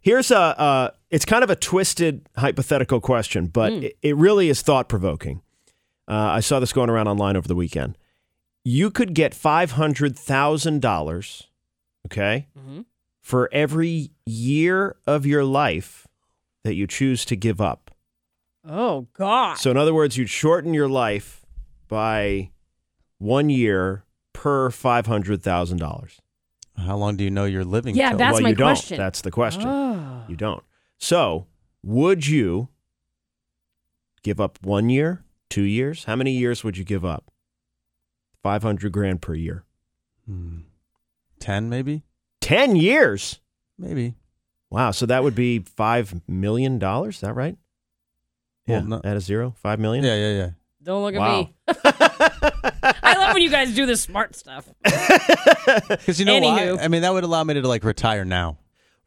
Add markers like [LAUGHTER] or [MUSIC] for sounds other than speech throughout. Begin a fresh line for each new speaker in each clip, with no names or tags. Here's a, uh, it's kind of a twisted hypothetical question, but
Hmm.
it, it really is thought provoking. Uh, I saw this going around online over the weekend. You could get $500,000, okay,
Mhm.
for every year of your life that you choose to give up.
Oh God.
So, in other words, you'd shorten your life by one year per $500,000.
How long do you know you're living?
Yeah,
till?
that's
well,
my
you
question.
don't. That's the question.
Oh.
You don't. So, would you give up one year, two years? How many years would you give up? 500 grand per year.
Hmm. ten, maybe,
10 years?
maybe.
Wow. So that would be $5 million. Is that right?
Well,
yeah.
no-
At a zero, $5 million?
Yeah, yeah, yeah.
Don't look at
Wow. [LAUGHS]
me. I love when you guys do this smart stuff.
Because you know
Anywho.
why? I mean, that would allow me to like retire now,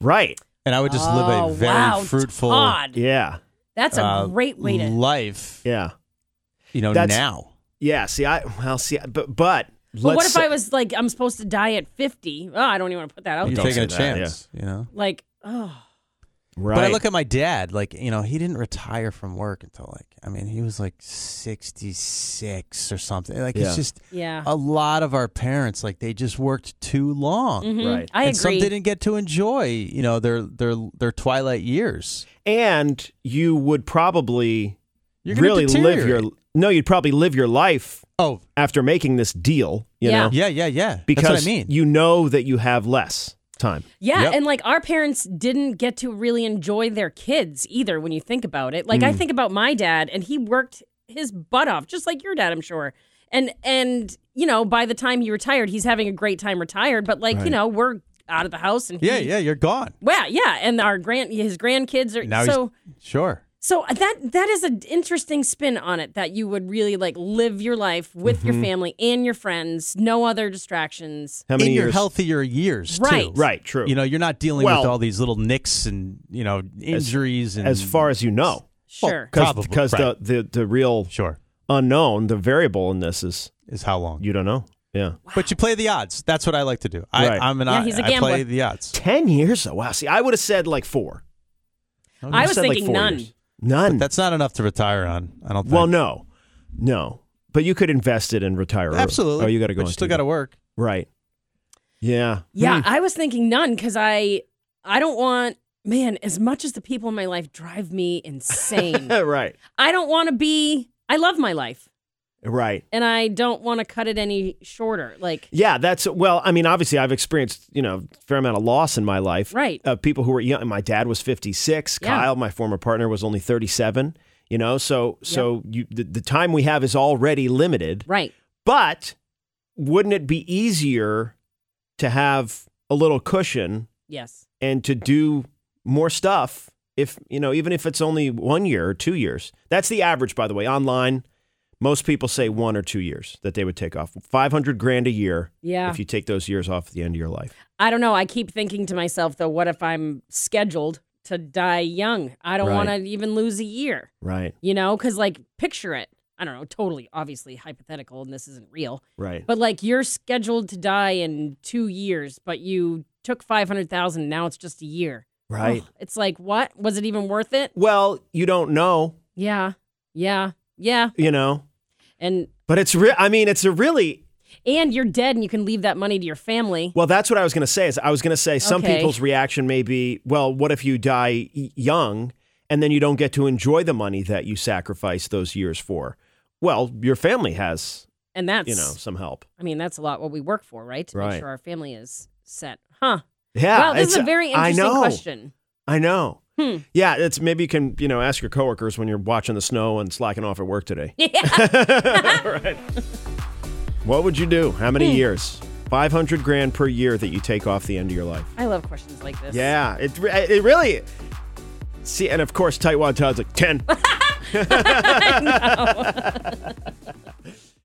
Right.
and I would just live
Oh,
a very
wow,
fruitful
Todd.
Yeah.
That's a
uh,
great way to.
life.
Yeah.
You know,
That's-
now.
Yeah. See, I, well, see, I- but, but,
But what
let's
if
say-
I was like, I'm supposed to die at 50? Oh, I don't even want to put that out
You're
there.
don't
taking a
say that,
chance. You know.
Like, oh,
Right.
But I look at my dad, like, you know, he didn't retire from work until like, I mean, he was like 66 or something. Like,
Yeah.
it's just
yeah.
a lot of our parents, like, they just worked too long.
Mhm.
right.
I
and some
agree.
didn't get to enjoy, you know, their their their twilight years.
and you would probably
You're gonna
really live your,
deteriorate.
no, you'd probably live your life
Oh,
after making this deal, you
Yeah.
know,
yeah, yeah, yeah.
because
That's what I mean.
you know that you have less time.
Yeah,
Yep.
and like our parents didn't get to really enjoy their kids either when you think about it. Like
Mm.
I think about my dad and he worked his butt off just like your dad, I'm sure. And and you know, by the time he retired, he's having a great time retired, but like, you know, we're out of the house and
yeah,
he,
yeah, you're gone.
Well, yeah, and our grand his grandkids are
Now
so
he's sure.
so that that is an interesting spin on it that you would really like live your life with
Mm-hmm.
your family and your friends, no other distractions.
How many
In
years?
your healthier years,
Right.
too.
Right, true.
You know, you're not dealing
Well-
with all these little nicks and, you know, injuries and
as far as you know,
Sure.
Probably,
because
right.
the, the the real
sure
unknown, the variable in this is
is how long.
you don't know. Yeah,
But you play the odds. That's what I like to do. I,
Right.
I'm an
Yeah,
odd-
he's a
I
gambler.
play the odds.
ten years. Oh wow. See, I would have said like four.
I
I've
was
said, like,
thinking
four
none.
years. None.
But that's not enough to retire on. I don't think.
well, no, no. But you could invest it and retire. early.
absolutely.
Oh, you got to go.
But you
into
still
it.
got to work.
Right. Yeah.
Yeah, I was thinking none because I I don't want man as much as the people in my life drive me
[LAUGHS] [LAUGHS]
insane.
right.
I don't want to be. I love my life,
Right.
and I don't want to cut it any shorter. Like
Yeah, that's well. I mean, obviously, I've experienced you know a fair amount of loss in my life.
Right.
Of people who were young. My dad was fifty six.
Yeah.
Kyle, my former partner, was only thirty seven. You know, so so you the, the time we have is already limited.
right,
But wouldn't it be easier to have a little cushion
yes,
and to do more stuff if you know even if it's only one year or two years that's the average by the way online most people say one or two years that they would take off 500 grand a year
yeah.
if you take those years off at the end of your life
I don't know. I keep thinking to myself though, what if I'm scheduled to die young? I don't
Right.
want to even lose a year.
right
You know, because like picture it. I don't know. Totally, obviously hypothetical, and this isn't real.
right
But like you're scheduled to die in two years, but you took five hundred thousand. Now it's just a year.
right
Ugh, it's like what was it even worth it?
well you don't know
Yeah, yeah, yeah.
you know
And
but it's re- i mean it's a really
and you're dead, and you can leave that money to your family.
well that's what i was going to say is i was going to say some
Okay.
people's reaction may be well what if you die y- young and then you don't get to enjoy the money that you sacrificed those years for well your family has
And that's
you know some help
I mean, that's a lot what we work for, right? To
Right.
make sure our family is set. Huh.
Yeah.
wow, this is
it's-
a very interesting
I know,
question. [LAUGHS]
I know.
Hmm.
Yeah, it's maybe you can, you know, ask your coworkers when you're watching the snow and slacking off at work today.
Yeah.
right. What would you do? How many years? 500 grand per year that you take off the end of your life.
I love questions like this.
Yeah, it re- it really See, and of course, Tightwad Todd's like 10.